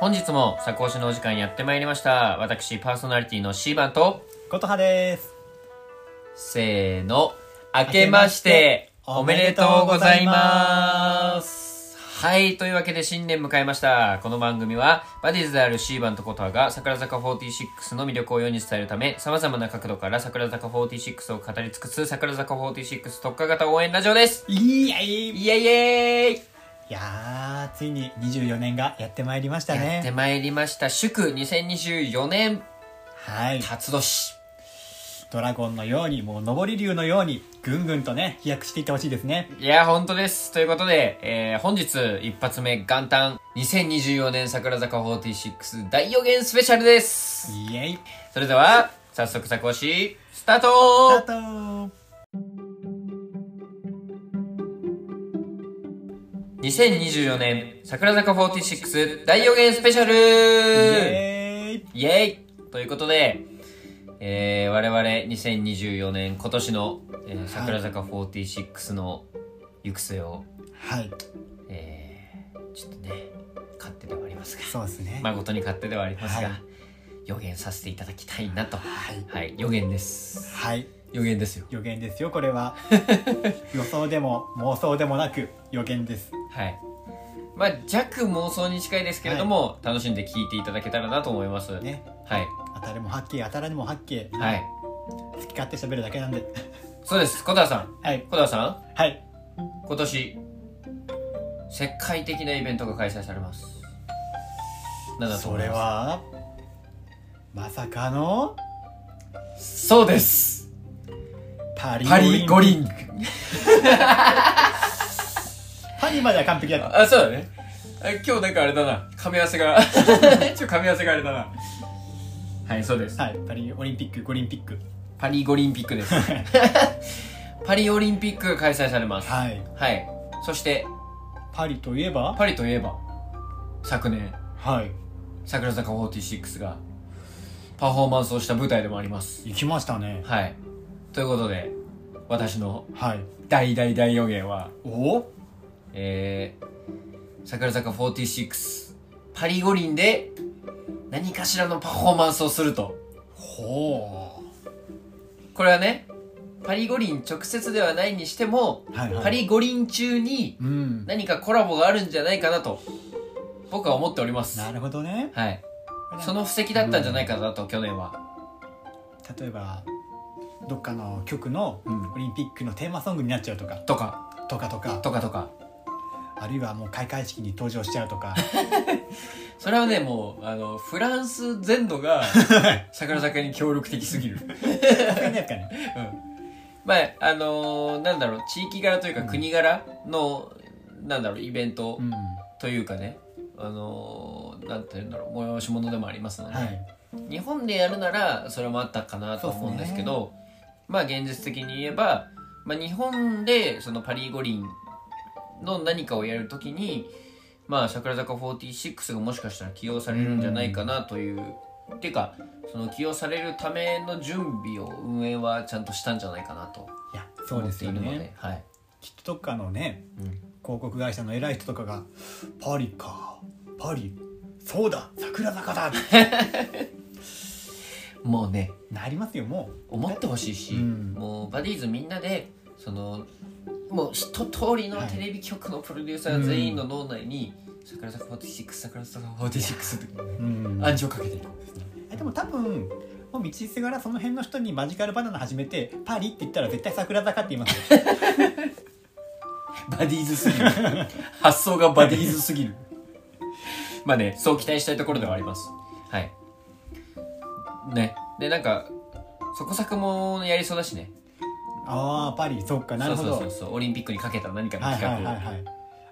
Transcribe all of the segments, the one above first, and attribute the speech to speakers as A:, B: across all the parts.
A: 本日も作講師のお時間やってまいりました。私、パーソナリティの C 番と、
B: ことはです
A: せーの、明けまして、おめでとうございます。はい、というわけで新年迎えました。この番組は、バディーズである C 番とことはが、桜坂46の魅力を世に伝えるため、様々な角度から桜坂46を語り尽くす、桜坂46特化型応援ラジオです。
B: いやい
A: イエイエーイ
B: やーついに24年がやってまいりました
A: やって
B: ね
A: まいりました。祝2024年、
B: はい
A: 辰年。
B: ドラゴンのようにもう上り竜のようにぐんぐんとね飛躍していってほしいですね
A: いや、本当です。ということで、えー、本日一発目元旦2024年桜坂46大予言スペシャルです。
B: イエイ
A: それでは、早速作講師、スタート
B: スタート
A: !2024 年桜坂46大予言スペシャルイ
B: イ
A: エ
B: エイ
A: ーイということで、えー、我々2024年今年の、えー桜坂46の行く末を、
B: はい
A: えー、ちょっとね、勝手ではありますが。
B: そうですね、
A: 誠に勝手ではありますが、
B: はい
A: 予言させていただきたいなと
B: はい
A: はい予言です
B: はい
A: 予言ですよ
B: 予言ですよこれは 予想でも妄想でもなく予言です
A: はいまあ弱妄想に近いですけれども、楽しんで聞いていただけたらなと思います、
B: ね
A: はい
B: 当たりも八景当たらぬも八景
A: はい
B: 好き勝手喋るだけなんで
A: そうです小田さん
B: はい
A: 小田さ
B: はい
A: ん今年世界的なイベントが開催されますなんだと
B: そ
A: 思い
B: れ
A: ま
B: はまさかの
A: すそうです
B: パリ
A: パリ五輪
B: パリまでは完璧だった
A: あそうだねあ今日なんかあれだな噛み合わせが ちょっと噛み合わせがあれだなはいそうです
B: はい、パリオリンピック、五輪ピック。
A: パリ五輪ピックです パリオリンピックが開催されます
B: はい。
A: はいそして
B: パリといえば、
A: パリといえば昨年
B: はい。
A: 桜坂46がパフォーマンスをした舞台でもあります
B: 行きましたね。
A: はいということで私の
B: はい。
A: 大大大予言は
B: お
A: えー、桜坂46パリ五輪で何かしらのパフォーマンスをすると
B: ほ
A: これはねパリ五輪直接ではないにしても
B: う。はい、はい。
A: パリ五輪中に
B: うん。
A: 何かコラボがあるんじゃないかなと僕は思っております
B: なるほどね。
A: はいその布石だったんじゃないかなと去年は
B: 例えば、どっかの曲の
A: うん
B: オリンピックのテーマソングになっちゃうとか、
A: とか
B: とかとか、
A: とかとか
B: あるいはもう開会式に登場しちゃうと か、
A: それはねもうあのフランス全土 が桜坂に協力的すぎる、うん、
B: わかんないですかね。
A: まああのーなんだろう地域柄というか国柄の、なんだろうイベント
B: うん。
A: というかねあのーなんて言うんだろう催し物でもありますので、
B: はい。
A: 日本でやるならそれもあったかなと思うんですけどまあ現実的に言えば、まあ、日本でそのパリ五輪の何かをやるときに、まあ、桜坂46がもしかしたら起用されるんじゃないかなという。っていうかその起用されるための準備を運営はちゃんとしたんじゃないかなと
B: いや、そう
A: 思
B: で
A: っ
B: す
A: てい
B: よ
A: るので
B: ね。
A: はい
B: きっとどっかのね、
A: うん
B: 広告会社の偉い人とかが、パリか、パリ、そうだ、桜坂 だ
A: もうね
B: なりますよ、もう。
A: 思ってほしいし、
B: うん
A: もうバディーズみんなでそのもう一通りのテレビ局のプロデューサー全員の脳内に「桜坂46桜坂46」とか
B: うん
A: 暗示をかけていく
B: えでも多分もう道すがらその辺の人にマジカルバナナ始めてパリって言ったら絶対桜坂って言 いますよ
A: バディーズすぎる 発想がバディーズすぎるまあねそう期待したいところではありますはいねでなんかそこ作もやりそうだしね
B: ああパリそっかなるほど
A: そうそうそうそうオリンピックにかけた何かの
B: はいは
A: 企
B: いはい
A: 画を
B: はい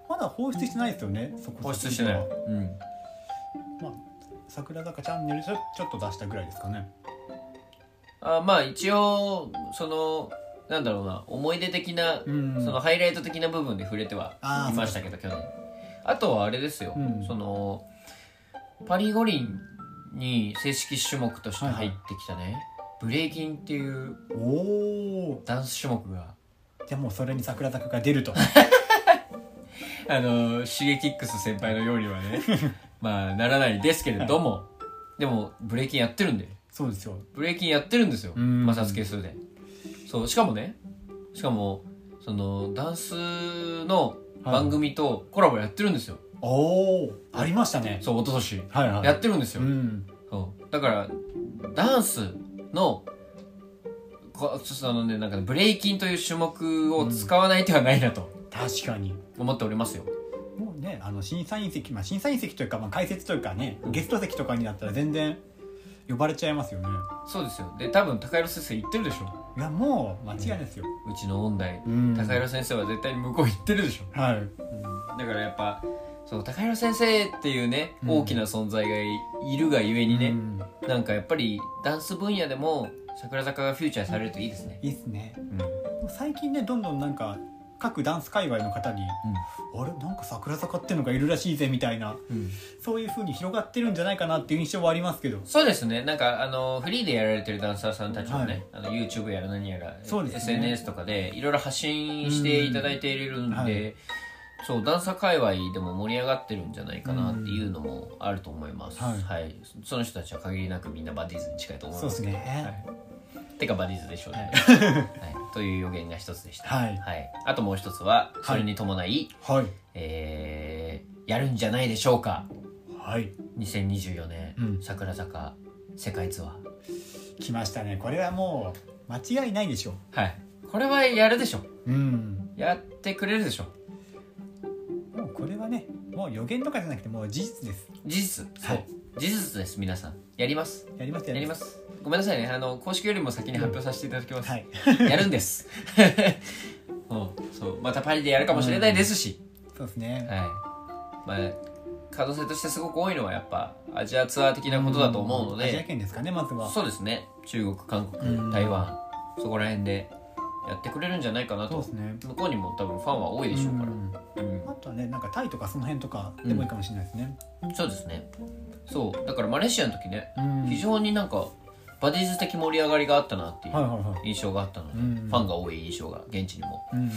B: まだ放出してないですよねそこ
A: 放出してない、うん、
B: まあ、桜坂チャンネルちょちょっと出したぐらいですかね
A: あまあ一応そのなんだろうな思い出的な、
B: うん
A: そのハイライト的な部分で触れては
B: あ
A: い
B: ー
A: ましたけど去年あとはあれですよ、
B: うん
A: そのパリ五輪に正式種目として入ってきたね、ブレイキンっていう
B: おお
A: ダンス種目が
B: じゃあもうそれに 桜坂が出ると
A: あのシゲキックス先輩のようにはねまあならないですけれども、でもブレイキンやってるんで
B: そうですよ
A: ブレイキンやってるんですよ
B: うん
A: 摩擦係数でそうしかもねしかもそのダンスの番組とコラボやってるんですよ、
B: おおありましたね
A: そう一昨年
B: はいはい
A: やってるんですよ、
B: うん
A: そうだからダンスのこそのねなんかブレイキンという種目を使わない手はないなと
B: 確かに
A: 思っておりますよ、
B: もうねあの審査員席、まあ、審査員席というか、まあ、解説というかねゲスト席とかになったら全然呼ばれちゃいますよね
A: そうですよで多分高弘先生言ってるでしょ
B: いやもう間違いないですよ、
A: うちの問題
B: うん
A: 高弘先生は絶対に向こう行ってるでしょ
B: はい
A: だからやっぱそう高弘先生っていうね
B: うん
A: 大きな存在がいいるがゆえに
B: う
A: ね、
B: ん
A: なんかやっぱりダンス分野でも桜坂がフューチャーされるといいですね、
B: いいっすね
A: うん
B: 最近ねどんどんなんか各ダンス界隈の方に、あれなんか桜坂ってのがいるらしいぜみたいなそういう風に広がってるんじゃないかなっていう印象はありますけど
A: そうですねなんかあのフリーでやられてるダンサーさんたちも
B: はい
A: ね、あの YouTube やら何やら、
B: そうですね
A: SNS とかでいろいろ発信していただいているんで、
B: うんはい
A: そうダンサー界隈でも盛り上がってるんじゃないかなっていうのもあると思います、
B: はい
A: はい、その人たちは限りなくみんなバディーズに近いと思い
B: そ
A: ま
B: うですすね
A: てかバディーズでしょう ね、はい、という予言が一つでした、
B: はい
A: あともう一つはそれに伴い、
B: はい
A: えーやるんじゃないでしょうか
B: はい
A: 2024年、
B: うん
A: 桜坂世界ツアー
B: 来ましたねこれはもう間違いないでしょ
A: はいこれはやるでしょ
B: ううん
A: やってくれるでしょ
B: もうこれはねもう予言とかじゃなくてもう事実です
A: 事実そう、
B: はい
A: 事実です皆さんやります
B: やります
A: やりますすごめんなさいねあの公式よりも先に発表させていただきます、
B: はい
A: やるんです うんそうまたパリでやるかもしれないですし、
B: そうですね
A: はいまあ可能性としてすごく多いのはやっぱアジアツアー的なことだと思うの
B: アジア
A: で、
B: 圏ですかねまずは
A: そうですね中国韓国、
B: うん
A: 台湾そこら辺でやってくれるんじゃないかな
B: そう
A: と
B: ですね
A: 向こうにも多分ファンは多いでしょうから、
B: ん
A: うん
B: あとはねなんかタイとかその辺とかでもいいかもしれないですね、
A: そうですねそうだからマレーシアの時ね
B: うん
A: 非常になんかバディーズ的盛り上がりがあったなってい
B: はいうはいはい
A: 印象があったので、
B: うん
A: ファンが多い印象が現地にも
B: うん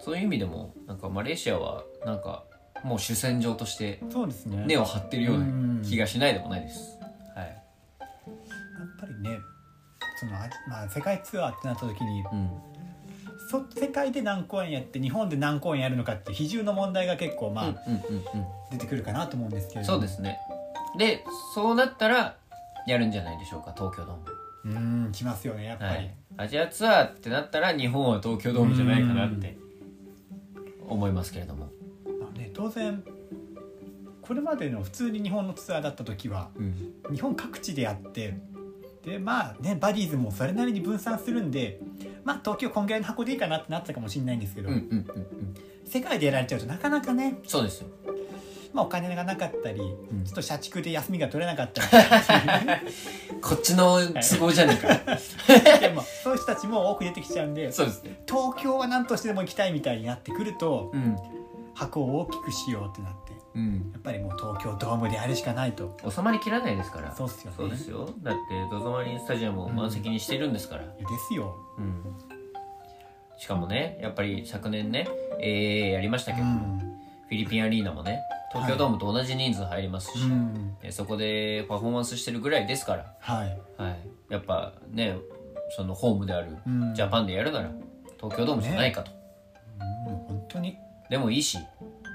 A: そういう意味でもなんかマレーシアはなんかもう主戦場として
B: そうですね
A: 根を張ってるよう
B: うん
A: な気がしないでもないです、はい
B: やっぱりねそのあまあ、世界ツアーってなった時に
A: うん
B: そ世界で何公演やって日本で何公演やるのかっていう比重の問題が結構まあ、
A: うんうんうんうん
B: 出てくるかなと思うんですけれど
A: そうですすねでそうなったらやるんじゃないでしょうか東京ドーム
B: うーんきますよねやっぱり、
A: はいアジアツアーってなったら日本は東京ドームじゃないかなって思いますけれども、
B: まあね、当然これまでの普通に日本のツアーだった時は
A: うん
B: 日本各地でやってでまあねバディーズもそれなりに分散するんでまあ東京こんぐらいの箱でいいかなってなってたかもしれないんですけど、
A: うんうんうんうん
B: 世界でやられちゃうとなかなかね、
A: そうですよ、
B: まあ、お金がなかったり、
A: ん
B: ちょっと社畜で休みが取れなかった りっていう
A: こっちの都合じゃねえか
B: でもそういう人たちも多く出てきちゃうん で
A: そうですね
B: 東京は何としてでも行きたいみたいになってくると
A: うん
B: 箱を大きくしようってなって
A: うん
B: やっぱりもう東京ドームでやるしかないと
A: 収まりきらないですから
B: そうっすよね
A: そうですよだって ZOZO マリンスタジアムを満席にしてるんですから、
B: いやですよ
A: うんしかもねやっぱり昨年ね AA やりましたけ
B: う
A: ど、フ
B: ん、
A: ィリピンアリーナもね東京ドームと同じ人数入りますし、
B: うん、
A: えそこでパフォーマンスしてるぐらいですから、
B: はい、
A: はい、やっぱねそのホームである
B: うん、
A: ジャパンでやるなら東京ドームじゃないかと、
B: うんもう本当に
A: でもいいし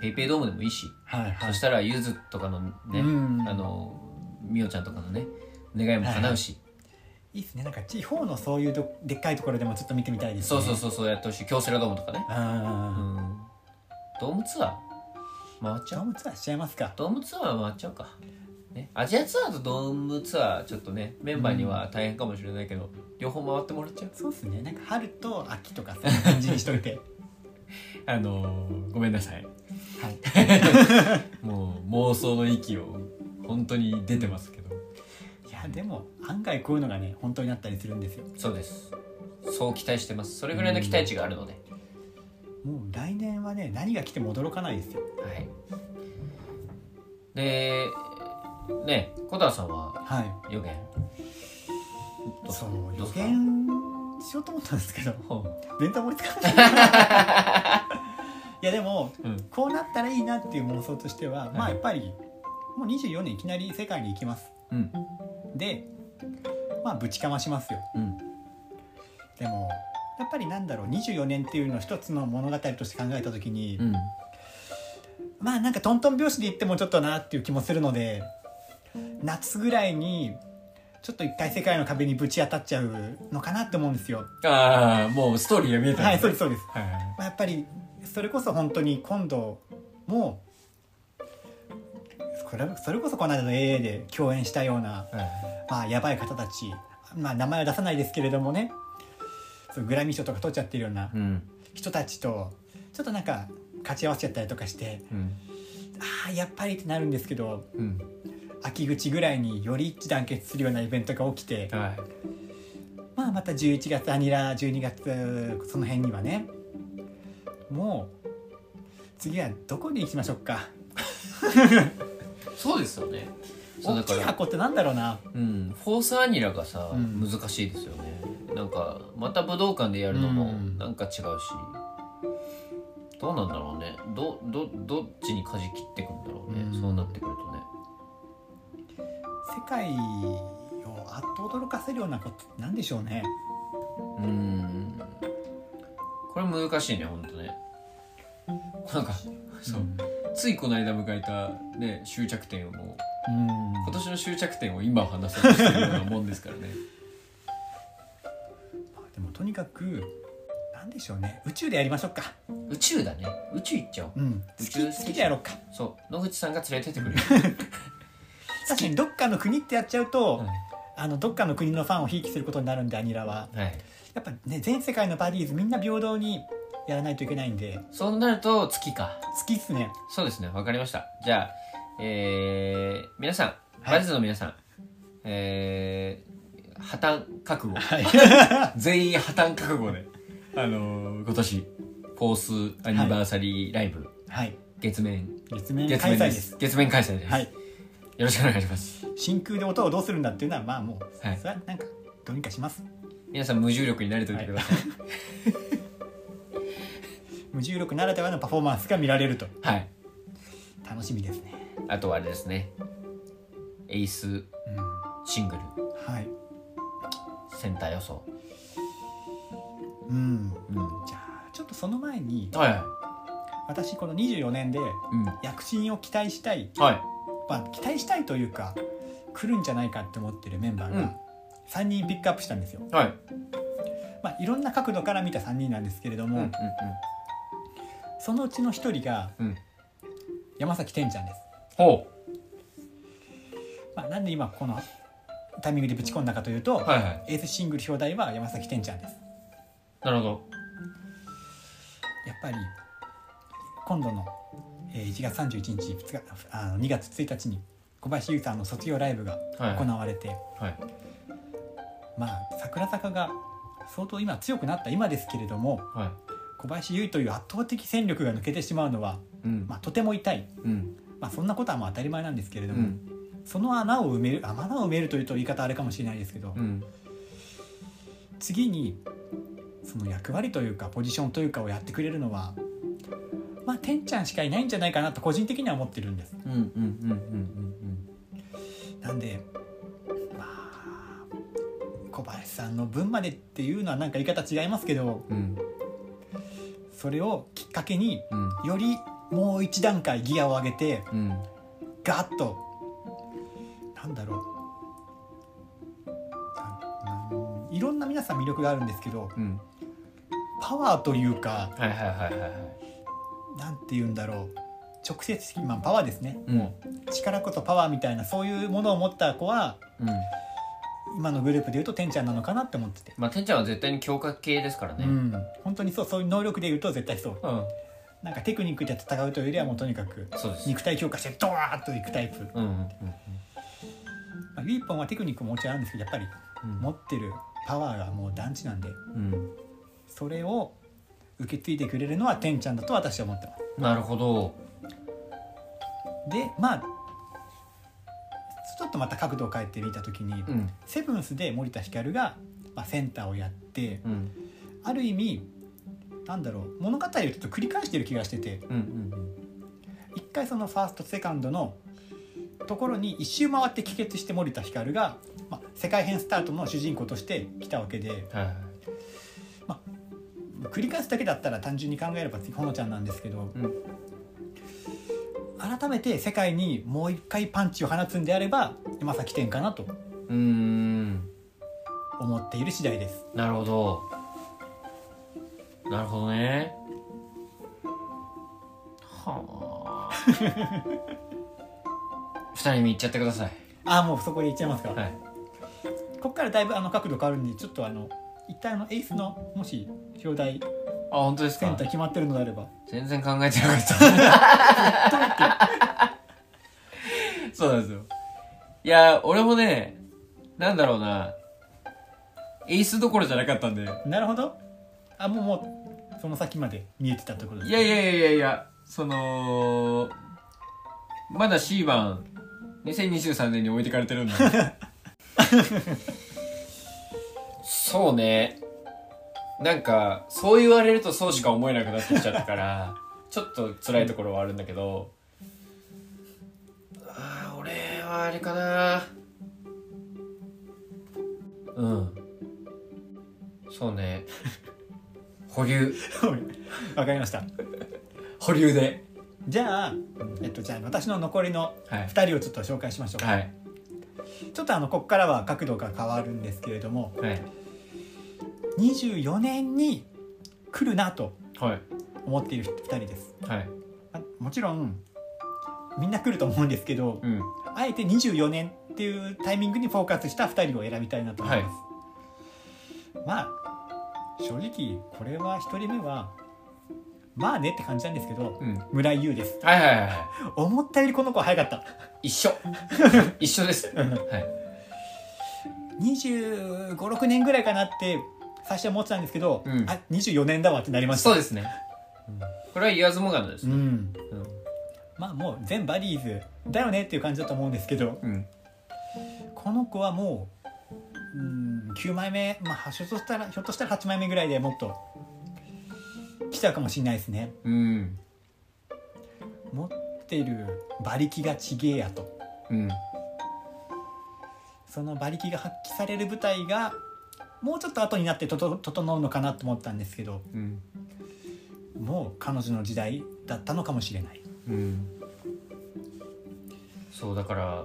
A: ペイペイドームでもいいし、
B: はいは
A: そ
B: い
A: したらゆずとかのね、
B: うん
A: あのみおちゃんとかのね願いも叶うし、
B: いいですねなんか地方のそういうどでっかいところでもちょっと見てみたいです
A: そ
B: ね
A: うそう
B: う
A: そうそうやってほしい京セラドームとかね、う
B: あ
A: ん、ドームツアー回っ
B: ー
A: ち
B: ド
A: ゃ
B: ー
A: う
B: ムツアーしちゃいますか
A: ドームツアー回っちゃうか、ね、アジアツアーとドームツアーちょっとねメンバーには大変かもしれないけど、両方回ってもらっちゃう
B: そうですねなんか春と秋とかそういう感じにしと いて
A: あのーごめんなさい
B: はい
A: もう妄想の域を本当に出てますけど
B: いやでも案外こういうのがね本当になったりするんですよ
A: そうですそう期待してますそれぐらいの期待値があるので、
B: もう来年はね何が来ても驚かないですよ
A: はいでね小田さんは
B: はい
A: 予言どうす
B: そ
A: か
B: う
A: ど
B: 予
A: うすか
B: 言しようと思ったんですけど
A: ほ
B: 全然思いつかないいやでも
A: ううん
B: こうなったらいいなっていう妄想としては、まあやっぱりもう24年いきなり世界に行きます
A: うん
B: でまあぶちかましますよ
A: うん
B: でもやっぱりなんだろう24年っていうのを一つの物語として考えた時に、
A: うん
B: まあなんかトントン拍子で行ってもちょっとなっていう気もするので夏ぐらいにちょっと一回世界の壁にぶち当たっちゃうのかなって思うんですよ。
A: ああもうストーリーが見えた
B: はい、そうですそうです。
A: はいはい
B: まあやっぱりそれこそ本当に今度もこれそれこそこの間の AA で共演したような、
A: はい
B: まあ、やばい方たち、まあ、名前は出さないですけれどもねそうグラミー賞とか取っちゃってるような
A: うん
B: 人たちとちょっとなんか勝ち合わせちゃったりとかして
A: うん
B: ああやっぱりってなるんですけど
A: うん
B: 秋口ぐらいにより一致団結するようなイベントが起きて、
A: はい
B: まあ、また11月アニラ12月その辺にはねもう次はどこに行きましょうか
A: そうですよねそう
B: 大
A: だか
B: きい
A: ら
B: 箱ってなんだろうな
A: うんフォースアニラがさ、
B: うん
A: 難しいですよねなんかまた武道館でやるのも
B: うん
A: なんか違うし、どうなんだろうねどどどっちに舵切ってくんだろうね、
B: うん
A: そうなってくるとね
B: 世界をあっと驚かせるようなことってなんでしょうね
A: うんこれ難しいねほんとねなんかそう、ついこの間迎えたね終着点をもう
B: うん
A: 今年の終着点を今話そうとしてるようなもんですからね
B: まあでもとにかくなんでしょうね宇宙でやりましょうか
A: 宇宙だね宇宙行っちゃおう
B: うん
A: 宇
B: 好
A: 宙
B: き好きでやろうか
A: そう野口さんが連れてってくれる、
B: 確かにどっかの国ってやっちゃうと、
A: は
B: あのどっかの国のファンをひいきすることになるんでアニラはい
A: はい
B: やっぱね全世界のバディーズみんな平等にやらないといけないんで
A: そうなると月か
B: 好きっすね
A: そうですねわかりましたじゃあえー、皆さん
B: はい
A: バズの皆さん、えー、破綻覚悟
B: はい
A: 全員破綻覚悟であのー今年フォースアニバーサリーライブ、
B: はい
A: 月面
B: 月面
A: 月
B: 開
A: 面
B: 催
A: で
B: ですす
A: 月面開催です、
B: はい
A: よろしくお願いします
B: 真空で音をどうするんだっていうのはまあもう、
A: はい
B: それはなんかどうにかします
A: 皆さん無重力に慣れておいてください
B: 無重力ならではのパフォーマンスが見られると
A: はい、
B: 楽しみですね
A: あとはあれですねエース
B: うん
A: シングル
B: はい
A: センター予想
B: うん
A: うんは
B: じゃあちょっとその前に
A: いはい
B: 私この24年で
A: うん
B: 躍進を期待したい、
A: はい
B: まあ、期待したいというか来るんじゃないかって思ってるメンバー
A: うん
B: が3人ピックアップしたんですよ、
A: はい
B: まあ、いろんな角度から見た3人なんですけれど
A: うん
B: も、
A: うん
B: そのうちの1人が
A: うんうん
B: 山崎天ちゃんです、
A: ほ
B: まあ、なんで今このタイミングでぶち込んだかというと、
A: うはいはい
B: エースシングル表題は山崎天ちゃんです
A: なるほど
B: やっぱり今度のえー1月31日2日あの2月1日に小林優さんの卒業ライブが
A: はい
B: 行われて、
A: はい
B: まあ桜坂が相当今強くなった今ですけれども
A: は
B: 小林優という圧倒的戦力が抜けてしまうのは、
A: いうん
B: まあ、とても痛い、
A: うん
B: まあ、そんなことはもう当たり前なんですけれ
A: う
B: ども、
A: ん
B: その穴を埋めるあ穴を埋めるというと言い方あれかもしれないですけど、
A: うん
B: 次にその役割というかポジションというかをやってくれるのはまあてんちゃんしかいないんじゃないかなと個人的には思ってるんです
A: うんうんうんうん
B: なんでまあ小林さんの分までっていうのはなんか言い方違いますけど
A: うんうん
B: それをきっかけに
A: うん
B: よりもう一段階ギアを上げて
A: うん
B: ガッとなんだろうなうんいろんな皆さん魅力があるんですけど
A: うん
B: パワーというか
A: はいはいはいはいはい
B: なんて言うんだろう直接的、まあ、パワーですね
A: うん
B: 力こそパワーみたいなそういうものを持った子は
A: うん
B: 今のグループでいうとてんちゃんなのかなって思ってて、
A: まあてんちゃんは絶対に強化系ですから
B: う
A: ね
B: ん、本当にそうそういう能力でいうと絶対そう
A: うん
B: なんかテクニックで戦うというよりはもうとにかく
A: そうです
B: 肉体強化してドワーッといくタイプ、
A: うんうんうん
B: まあ、ウィーポンはテクニックももちろんあるんですけどやっぱり
A: うん
B: 持ってるパワーがもう団地なんで
A: うん
B: それを受け継いでくれるのはてんちゃんだと私は思ってます
A: なるほど
B: でまあちょっとまた角度を変えてみた時に、
A: うん
B: セブンスで森田ひかるが、まあ、センターをやって
A: うん
B: ある意味なんだろう物語をちょっと繰り返してる気がしてて
A: うんうん
B: 一回そのファーストセカンドのところに一周回って帰結して森田ひかるが、まあ、世界編スタートの主人公として来たわけで
A: はい
B: 繰り返すだけだったら単純に考えればほのちゃんなんですけど、
A: うん
B: 改めて世界にもう一回パンチを放つんであれば今さ来てんかなと
A: うーん
B: 思っている次第です。
A: なるほどなるほどねはあ 二人目行っちゃってください
B: ああもうそこでいっちゃいますか、
A: はい
B: ここからだいぶあの角度変わるんでちょっとあの一旦あのエースのもし表題
A: あ本当です
B: セン
A: か
B: ター決まってるのであれば
A: 全然考えてなかったそうなんですよいや俺もねなんだろうなエースどころじゃなかったんで
B: なるほどあもうもうその先まで見えてたってことです
A: いやいやいやいやいや、その、まだ C 番、2023年に置いてかれてるんだ。 そうね。なんか、そう言われるとそうしか思えなくなってきちゃったから、ちょっと辛いところはあるんだけど、ああ、俺はあれかな。うん。そうね。保留。
B: わかりました
A: 保留で。
B: じゃあ、えっと、じゃあ私の残りの
A: はい。
B: 2人をちょっと紹介しましょう、
A: はい。
B: ちょっとあのここからは角度が変わるんですけれども
A: はい。
B: 24年に来るなと
A: はい。
B: 思っている2人です
A: はい。
B: あもちろんみんな来ると思うんですけど
A: うん。
B: あえて24年っていうタイミングにフォーカスした2人を選びたいなと思います、まあ正直これは1人目はまあねって感じなんですけど
A: うん。
B: 村井優です
A: はいはいはいは
B: 思ったよりこの子は早かった
A: い。一 緒。一緒です。はい。
B: 2 5 6年ぐらいかなって最初は思ってたんですけど、
A: うん
B: あ24年だわってなりました
A: そうですね。これは言わずもがなです
B: う
A: ね。
B: ん
A: うん。
B: まあもう全バディーズだよねっていう感じだと思うんですけど
A: うん。
B: この子はもううん9枚目、まあ、ひょっとしたらひょっとしたら8枚目ぐらいでもっと来ちゃうかもしれないですね
A: うん。
B: 持ってる馬力がちげえやと
A: うん。
B: その馬力が発揮される舞台がもうちょっと後になってとと整うのかなと思ったんですけど
A: うん。
B: もう彼女の時代だったのかもしれない
A: うん。そう、だから、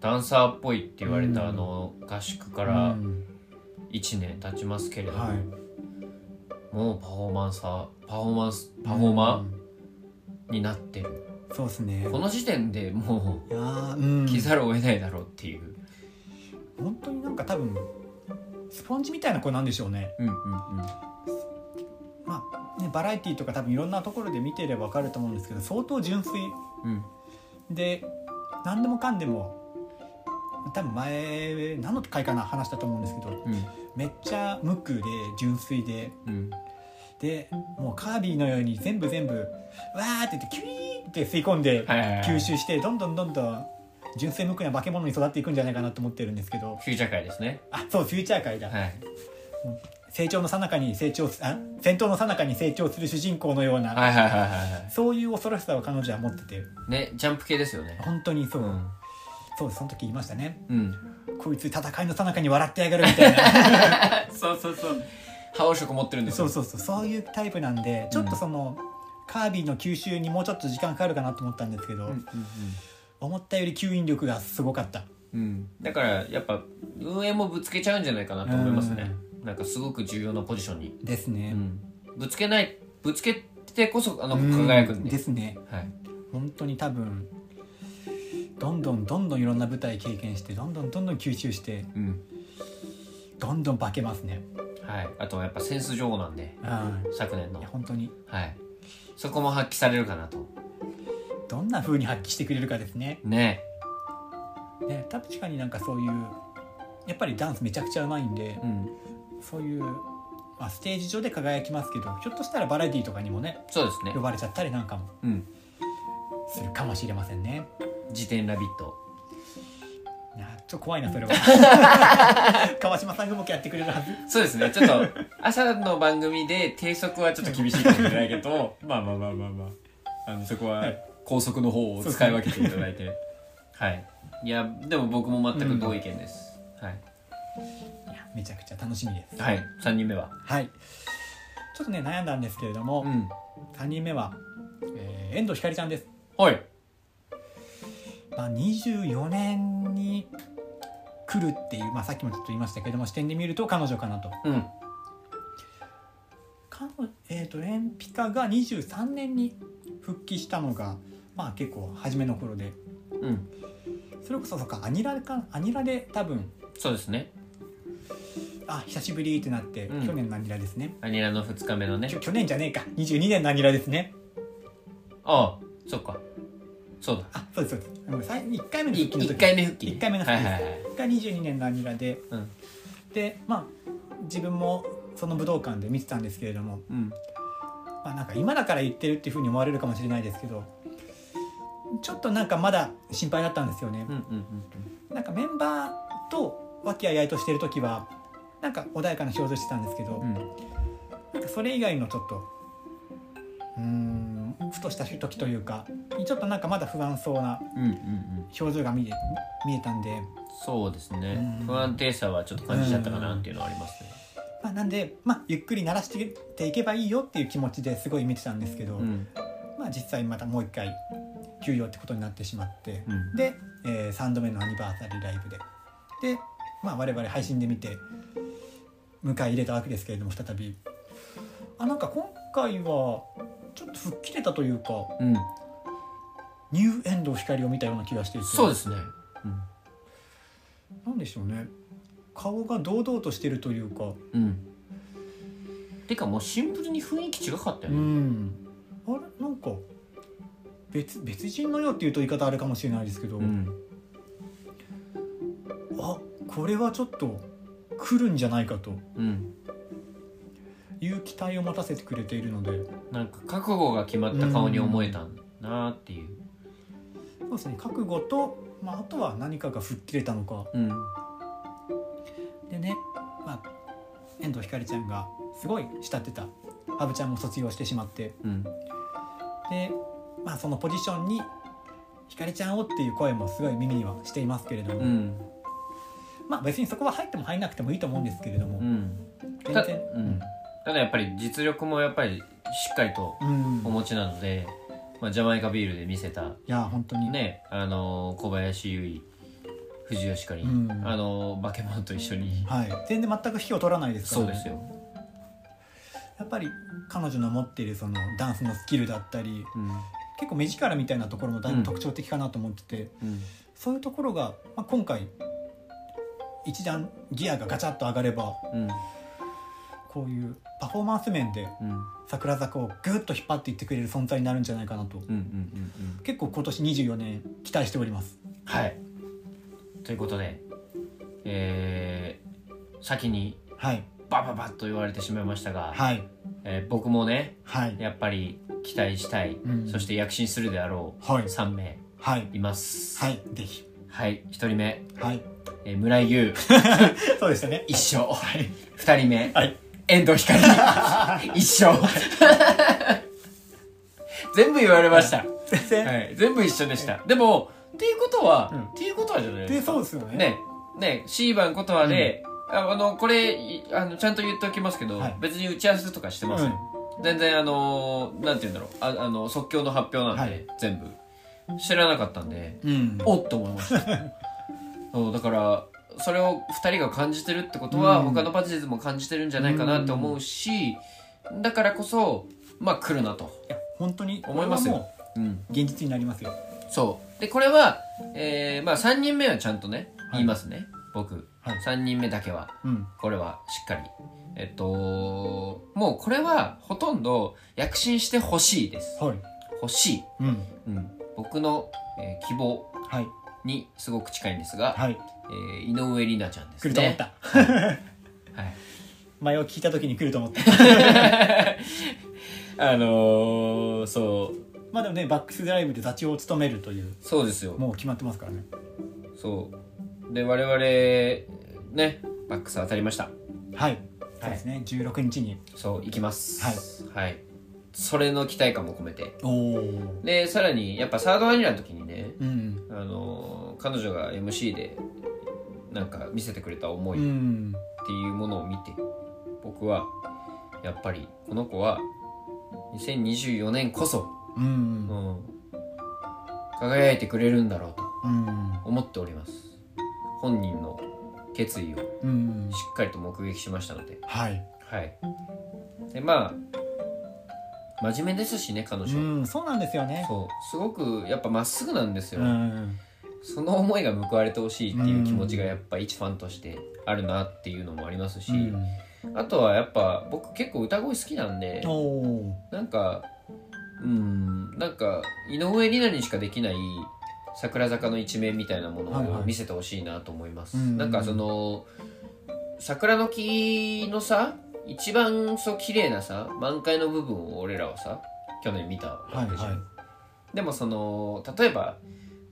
A: ダンサーっぽいって言われたあの合宿か
B: う
A: ら
B: ん
A: 1年経ちますけれども、
B: はい、
A: もうパフォーマンサー、パフォーマンス、パフォーマ
B: うん
A: ーになってる。
B: そうですね
A: この時点でも
B: いやー
A: う、着
B: う
A: ざるを得ないだろうっていう。
B: ん本当になんか多分スポンジみたいな子なんでしょうね
A: うんうんうん。
B: まあねバラエティーとか多分いろんなところで見てれば分かると思うんですけど相当純粋
A: うん。
B: で何でもかんでも多分前何の回かな話したと思うんですけど
A: うん。
B: めっちゃ無垢で純粋で
A: うん。
B: でもうカービィのように全部全部わーって言ってキュイーって吸い込んで
A: はいはいはい。
B: 吸収してどんどんどんどん純粋無垢な化け物に育っていくんじゃないかなと思ってるんですけど
A: フューチャー界ですね。
B: あそうフューチャー界だ、
A: はい。
B: 成長の最中に成長すあ戦闘の最中に成長する主人公のような、
A: はいはいはいはいは
B: そういう恐ろしさを彼女は持ってて
A: い。ね、ジャンプ系ですよね。
B: 本当にそうう、
A: ん。
B: そうですその時言いましたね
A: うん。
B: こいつ戦いの最中に笑ってやがるみたいな
A: そうそうそう。覇王色持ってるんです
B: そ
A: よ。
B: うそうそうそういうタイプなんでちょっとその、カービィの吸収にもうちょっと時間かかるかなと思ったんですけど、
A: うん
B: 思ったより吸引力がすごかった
A: うんうん。だから、やっぱ、運営もぶつけちゃうんじゃないかなと思いますね。なんか、すごく重要なポジションに。
B: ですね、
A: うん。ぶつけない、ぶつけてこそ、あの、輝くん
B: うん
A: で。
B: ですね
A: はい。
B: 本当に多分どんどんどんどんいろんな舞台経験してどんどんどんどん吸収して
A: うん。
B: どんどん化けますね、
A: はい。あと、やっぱ、センス女王なんで、
B: うん、
A: 昨年の
B: いや。本当に
A: はい。そこも発揮されるかなと。
B: どんな風に発揮してくれるかですね
A: ね。
B: ね確かになんかそういうやっぱりダンスめちゃくちゃうまいんで
A: うん。
B: そういう、まあ、ステージ上で輝きますけどひょっとしたらバラエティーとかにもね
A: そうですね
B: 呼。ばれちゃったりなんかも
A: うん。
B: するかもしれませんね
A: 時点ラビット。
B: いやちょっと怖いなそれは 川島さんが僕やってくれるはず
A: そうですね、ちょっと、 朝の番組で低速はちょっと厳しいかもしれないけ ど、まあまあまあまあまあ、あの、そこは
B: はい
A: 高速の方を
B: そうですね
A: 使い分けていただいて。はいいやでも僕も全く同意見です、はい
B: めちゃくちゃ楽しみです
A: はい3人目は
B: はいちょっとね悩んだんですけれども、
A: うん
B: 3人目は、えー遠藤ひかりちゃんです、
A: はい
B: まあ、24年に来るっていう、まあ、さっきもちょっと言いましたけれども視点で見ると彼女かなと
A: うん
B: 彼女えー、とエンピカが23年に復帰したのがまあ結構初めの頃で
A: うん
B: それこそそうかアニラかアニラで多分
A: そうですね
B: あ久しぶりってなって、
A: うん
B: 去年のアニラですね
A: アニラの2日目のね
B: きょ去年じゃねえか22年のアニラですね
A: ああそっかそうだ
B: あそうですそうですあのさい1回目の復帰の時
A: 1回目復帰
B: 一回目の復帰
A: は
B: で
A: い
B: す
A: はいはい
B: が22年のアニラで
A: うん
B: でまあ自分もその武道館で見てたんですけれども、
A: うん
B: まあ、なんか今だから言ってるっていうふうに思われるかもしれないですけどちょっとなんかまだ心配だったんですよね
A: うんう。ん
B: なんかメンバーと和気あいあいとしてる時はなんか穏やかな表情してたんですけど、
A: うんうんうん
B: なんかそれ以外のちょっとうーんふとした時というかちょっとなんかまだ不安そうな
A: うんうんうん
B: 表情が見え見えたんで、
A: そうですね
B: うん
A: 不安定さはちょっと感じちゃったかなっていうのはありますね
B: まあ、なんで、まあ、ゆっくり慣らしていっていけばいいよっていう気持ちですごい見てたんですけど、
A: うん
B: まあ、実際またもう一回休養ってことになってしまって、
A: うん
B: で、え3度目のアニバーサリーライブでで、まあ、我々配信で見て迎え入れたわけですけれども再びあなんか今回はちょっと吹っ切れたというか
A: うん
B: ニューエンド光を見たような気がしていて
A: そうですねうん
B: なんでしょうね顔が堂々としてるというか
A: うん。てかもうシンプルに雰囲気違かったよ
B: う
A: ね。
B: んあれなんか別別人のよっていうと言い方あるかもしれないですけど、
A: うん。
B: あこれはちょっと来るんじゃないかと
A: うん。
B: いう期待を持たせてくれているので
A: なんか覚悟が決まった顔に思えたんだなっていう。
B: そうですね覚悟と、まあ、あとは何かが吹っ切れたのか
A: うん。
B: でね、まあ、遠藤ひかりちゃんがすごい慕ってたアブちゃんも卒業してしまって
A: うん。
B: で、まあ、そのポジションにひかりちゃんをっていう声もすごい耳にはしていますけれども、
A: うん。
B: まあ別にそこは入っても入んなくてもいいと思うんですけれども、
A: うん。
B: 全
A: た
B: 然
A: うん。ただやっぱり実力もやっぱりしっかりと
B: うん
A: お持ちなので、まあジャマイカビールで見せた
B: いや本当に
A: ね、あのー小林優衣、藤吉かり、
B: うん
A: あのーバケモンと一緒に。
B: はい、全然全く引きを取らないですか
A: そう
B: ら、ね、
A: ですよ。
B: やっぱり彼女の持っているそのダンスのスキルだったり
A: うん。
B: 結構目力みたいなところもだいうぶ
A: ん
B: 特徴的かなと思ってて、
A: うん。
B: そういうところが、まあ、今回一段ギアがガチャッと上がれば
A: うん。
B: こういうパフォーマンス面で
A: うん。うん。
B: 桜坂をグッと引っ張っていってくれる存在になるんじゃないかなと
A: うん。うん。うん。
B: 結構今年24年期待しております
A: はい。ということで、えー先に
B: はい
A: バババッと言われてしまいましたが、
B: はい
A: えー僕もね、
B: はい
A: やっぱり期待したい、
B: うん
A: そして躍進するであろう、
B: はい
A: 3名
B: はい
A: います。
B: はいぜひ
A: はい、1人目、
B: はい
A: えー村井優、
B: そうでしたね
A: 一生。2人目、
B: はい
A: 遠藤 光、一生。全部言われました。
B: 全然、
A: はい、全部一緒でした。でも、っていうことは、
B: うん
A: っていうことはじゃないですか
B: で。そうですよね
A: ね、ね、シーバンことはで、ああの、これ、いあの、ちゃんと言っておきますけど、
B: はい
A: 別に打ち合わせとかしてません。全然、あのー、なんて言うんだろう、ああの、即興の発表なんで、
B: はい
A: 全部。知らなかったんで、
B: うん、う ん
A: おっと思いました。 そう、だから、それを2人が感じてるってことは、
B: うん
A: 他のパチーズも感じてるんじゃないかなって思うし、だからこそ、まあ、来るなと。
B: いや本当に
A: 思いますよ
B: これはも
A: うん。
B: う現実になりますよ
A: そうでこれは、えーまあ、3人目はちゃんとね言いますね、僕、
B: はい
A: 3人目だけは
B: うん
A: これはしっかりえっともうこれはほとんど躍進してほしいです
B: はい
A: 欲しい、
B: うん
A: うん、僕の、えー希望
B: はい
A: にすごく近いんですが、
B: はい
A: えー井上里奈ちゃんです
B: 来
A: ね
B: ると思った、
A: はい、
B: 前を聞いた時に来ると思った
A: あのーそう
B: まあでもねバックスドライブで座長を務めるという
A: そうですよ
B: もう決まってますからね
A: そうで我々ねバックス当たりました
B: はいそうですね16日に
A: そう行きますはい、それの期待感も込めて
B: おお
A: でさらにやっぱサードアニラの時にね
B: うん
A: あの彼女が MC でなんか見せてくれた思
B: う
A: いっ
B: ん
A: ていうものを見て、僕はやっぱりこの子は2024年こそ、
B: う
A: うんん、輝いてくれるんだろうと
B: うん
A: 思っております本人の決意をし
B: うん
A: っかりと目撃しましたので
B: はい
A: はいでまあ真面目ですしね彼
B: う
A: 女、
B: んそうなんですよね
A: そうすごくやっぱまっすぐなんですよ、
B: うん
A: その思いが報われてほしいっていう気持ちがやっぱ一ファンとしてあるなっていうのもありますし、
B: うん
A: あとはやっぱ僕結構歌声好きなんで
B: おお
A: なんかうんなんか井上里奈にしかできない桜坂の一面みたいなも
B: はい
A: の
B: は
A: を
B: い
A: 見せてほしいなと思います、
B: うん
A: なんかその桜の木のさ一番そう綺麗なさ満開の部分を俺らはさ去年見たわけじゃん、
B: はいは
A: でもその例えば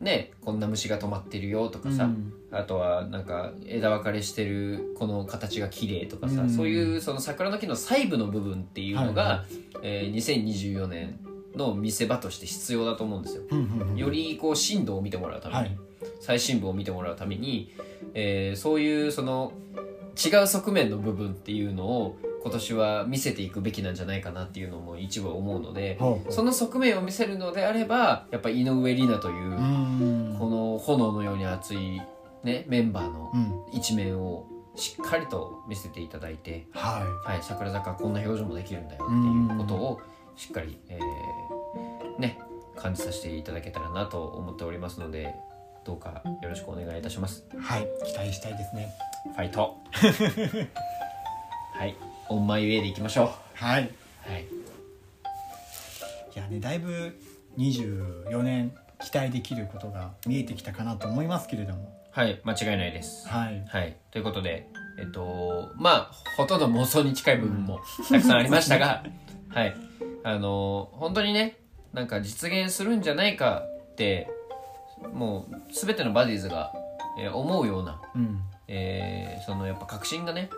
A: ねこんな虫が止まってるよとかさ、あとはなんか枝分かれしてるこの形が綺麗とかさ、
B: うん
A: そういうその桜の木の細部の部分っていうのが、
B: は
A: えー2024年の見せ場として必要だと思うんですよ。よ
B: よ
A: りこう深度を見てもらうために、
B: はい
A: 最深部を見てもらうために、えーそういうその違う側面の部分っていうのを今年は見せていくべきなんじゃないかなっていうのも一部思うので、
B: ほう
A: その側面を見せるのであればやっぱ井上里奈という、
B: うん
A: この炎のように熱い、ね、メンバーの
B: うん
A: 一面をしっかりと見せていただいて、
B: は
A: はい、桜坂はこんな表情もできるんだよっていうことをしっかり、えーね、感じさせていただけたらなと思っておりますのでどうかよろしくお願いいたします。
B: いはい期待したいですね
A: ファイ トはいオンマイウェイでいきましょう。
B: はい
A: はい、
B: いやねだいぶ24年期待できることが見えてきたかなと思いますけれども
A: はい、間違いないです。
B: はい
A: はい、ということで、えっと、まあ、ほとんど妄想に近い部分もたくさんありましたが、 はい、あの、本当にね、なんか実現するんじゃないかって、もう、すべてのバディーズが、えー思うような、
B: うん
A: えーそのやっぱ確信がね、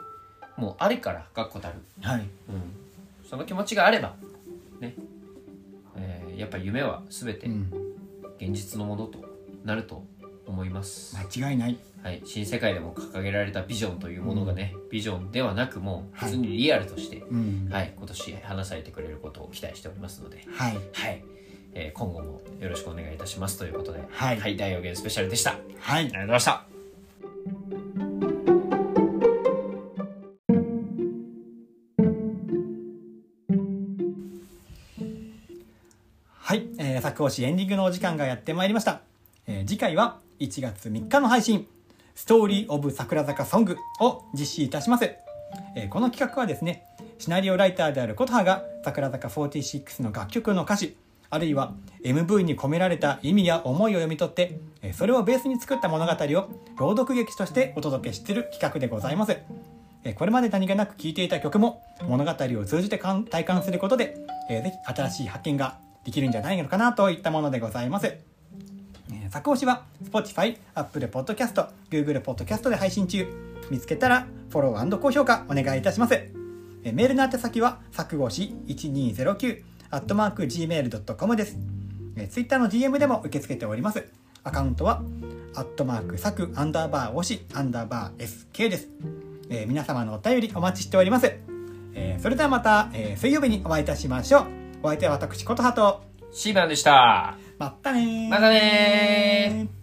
A: もうあるから、確固たる。
B: はい
A: うん。その気持ちがあれば、ね、えーやっぱ夢はすべて
B: うん
A: 現実のものとなると思います。
B: 間違いない
A: はい、新世界でも掲げられたビジョンというものがね、ビジョンではなくもう普通にリアルとして、
B: うん
A: はい今年話されてくれることを期待しておりますので、
B: はい
A: はいえー今後もよろしくお願いいたしますということで、
B: はい
A: はい、大予言スペシャルでしたあり
B: はい
A: がとうございました
B: はい、えー、作法師エンディングのお時間がやってまいりました、えー次回は1月3日の配信「ストーリー・オブ・桜坂ソング」を実施いたします、えーこの企画はですねシナリオライターである琴葉が桜坂46の楽曲の歌詞あるいは MV に込められた意味や思いを読み取ってえーそれをベースに作った物語を朗読劇としてお届けしている企画でございますえーこれまで何気なく聴いていた曲も物語を通じて感体感することで、えーぜひ新しい発見ができるんじゃないのかなといったものでございます。えー作押しは Spotify、Apple Podcast、Google Podcast で配信中。見つけたらフォロー高評価お願いいたします。えーメールの宛先は作押し1209アットマーク gmail.com です。えー Twitter の DM でも受け付けております。アカウントはアットマーク作アンダーバー押しアンダーバー SK です。えー皆様のお便りお待ちしております。えーそれではまた、えー水曜日にお会いいたしましょう。お相手は私、ことはと。
A: シーバンでした
B: まったねー
A: またねー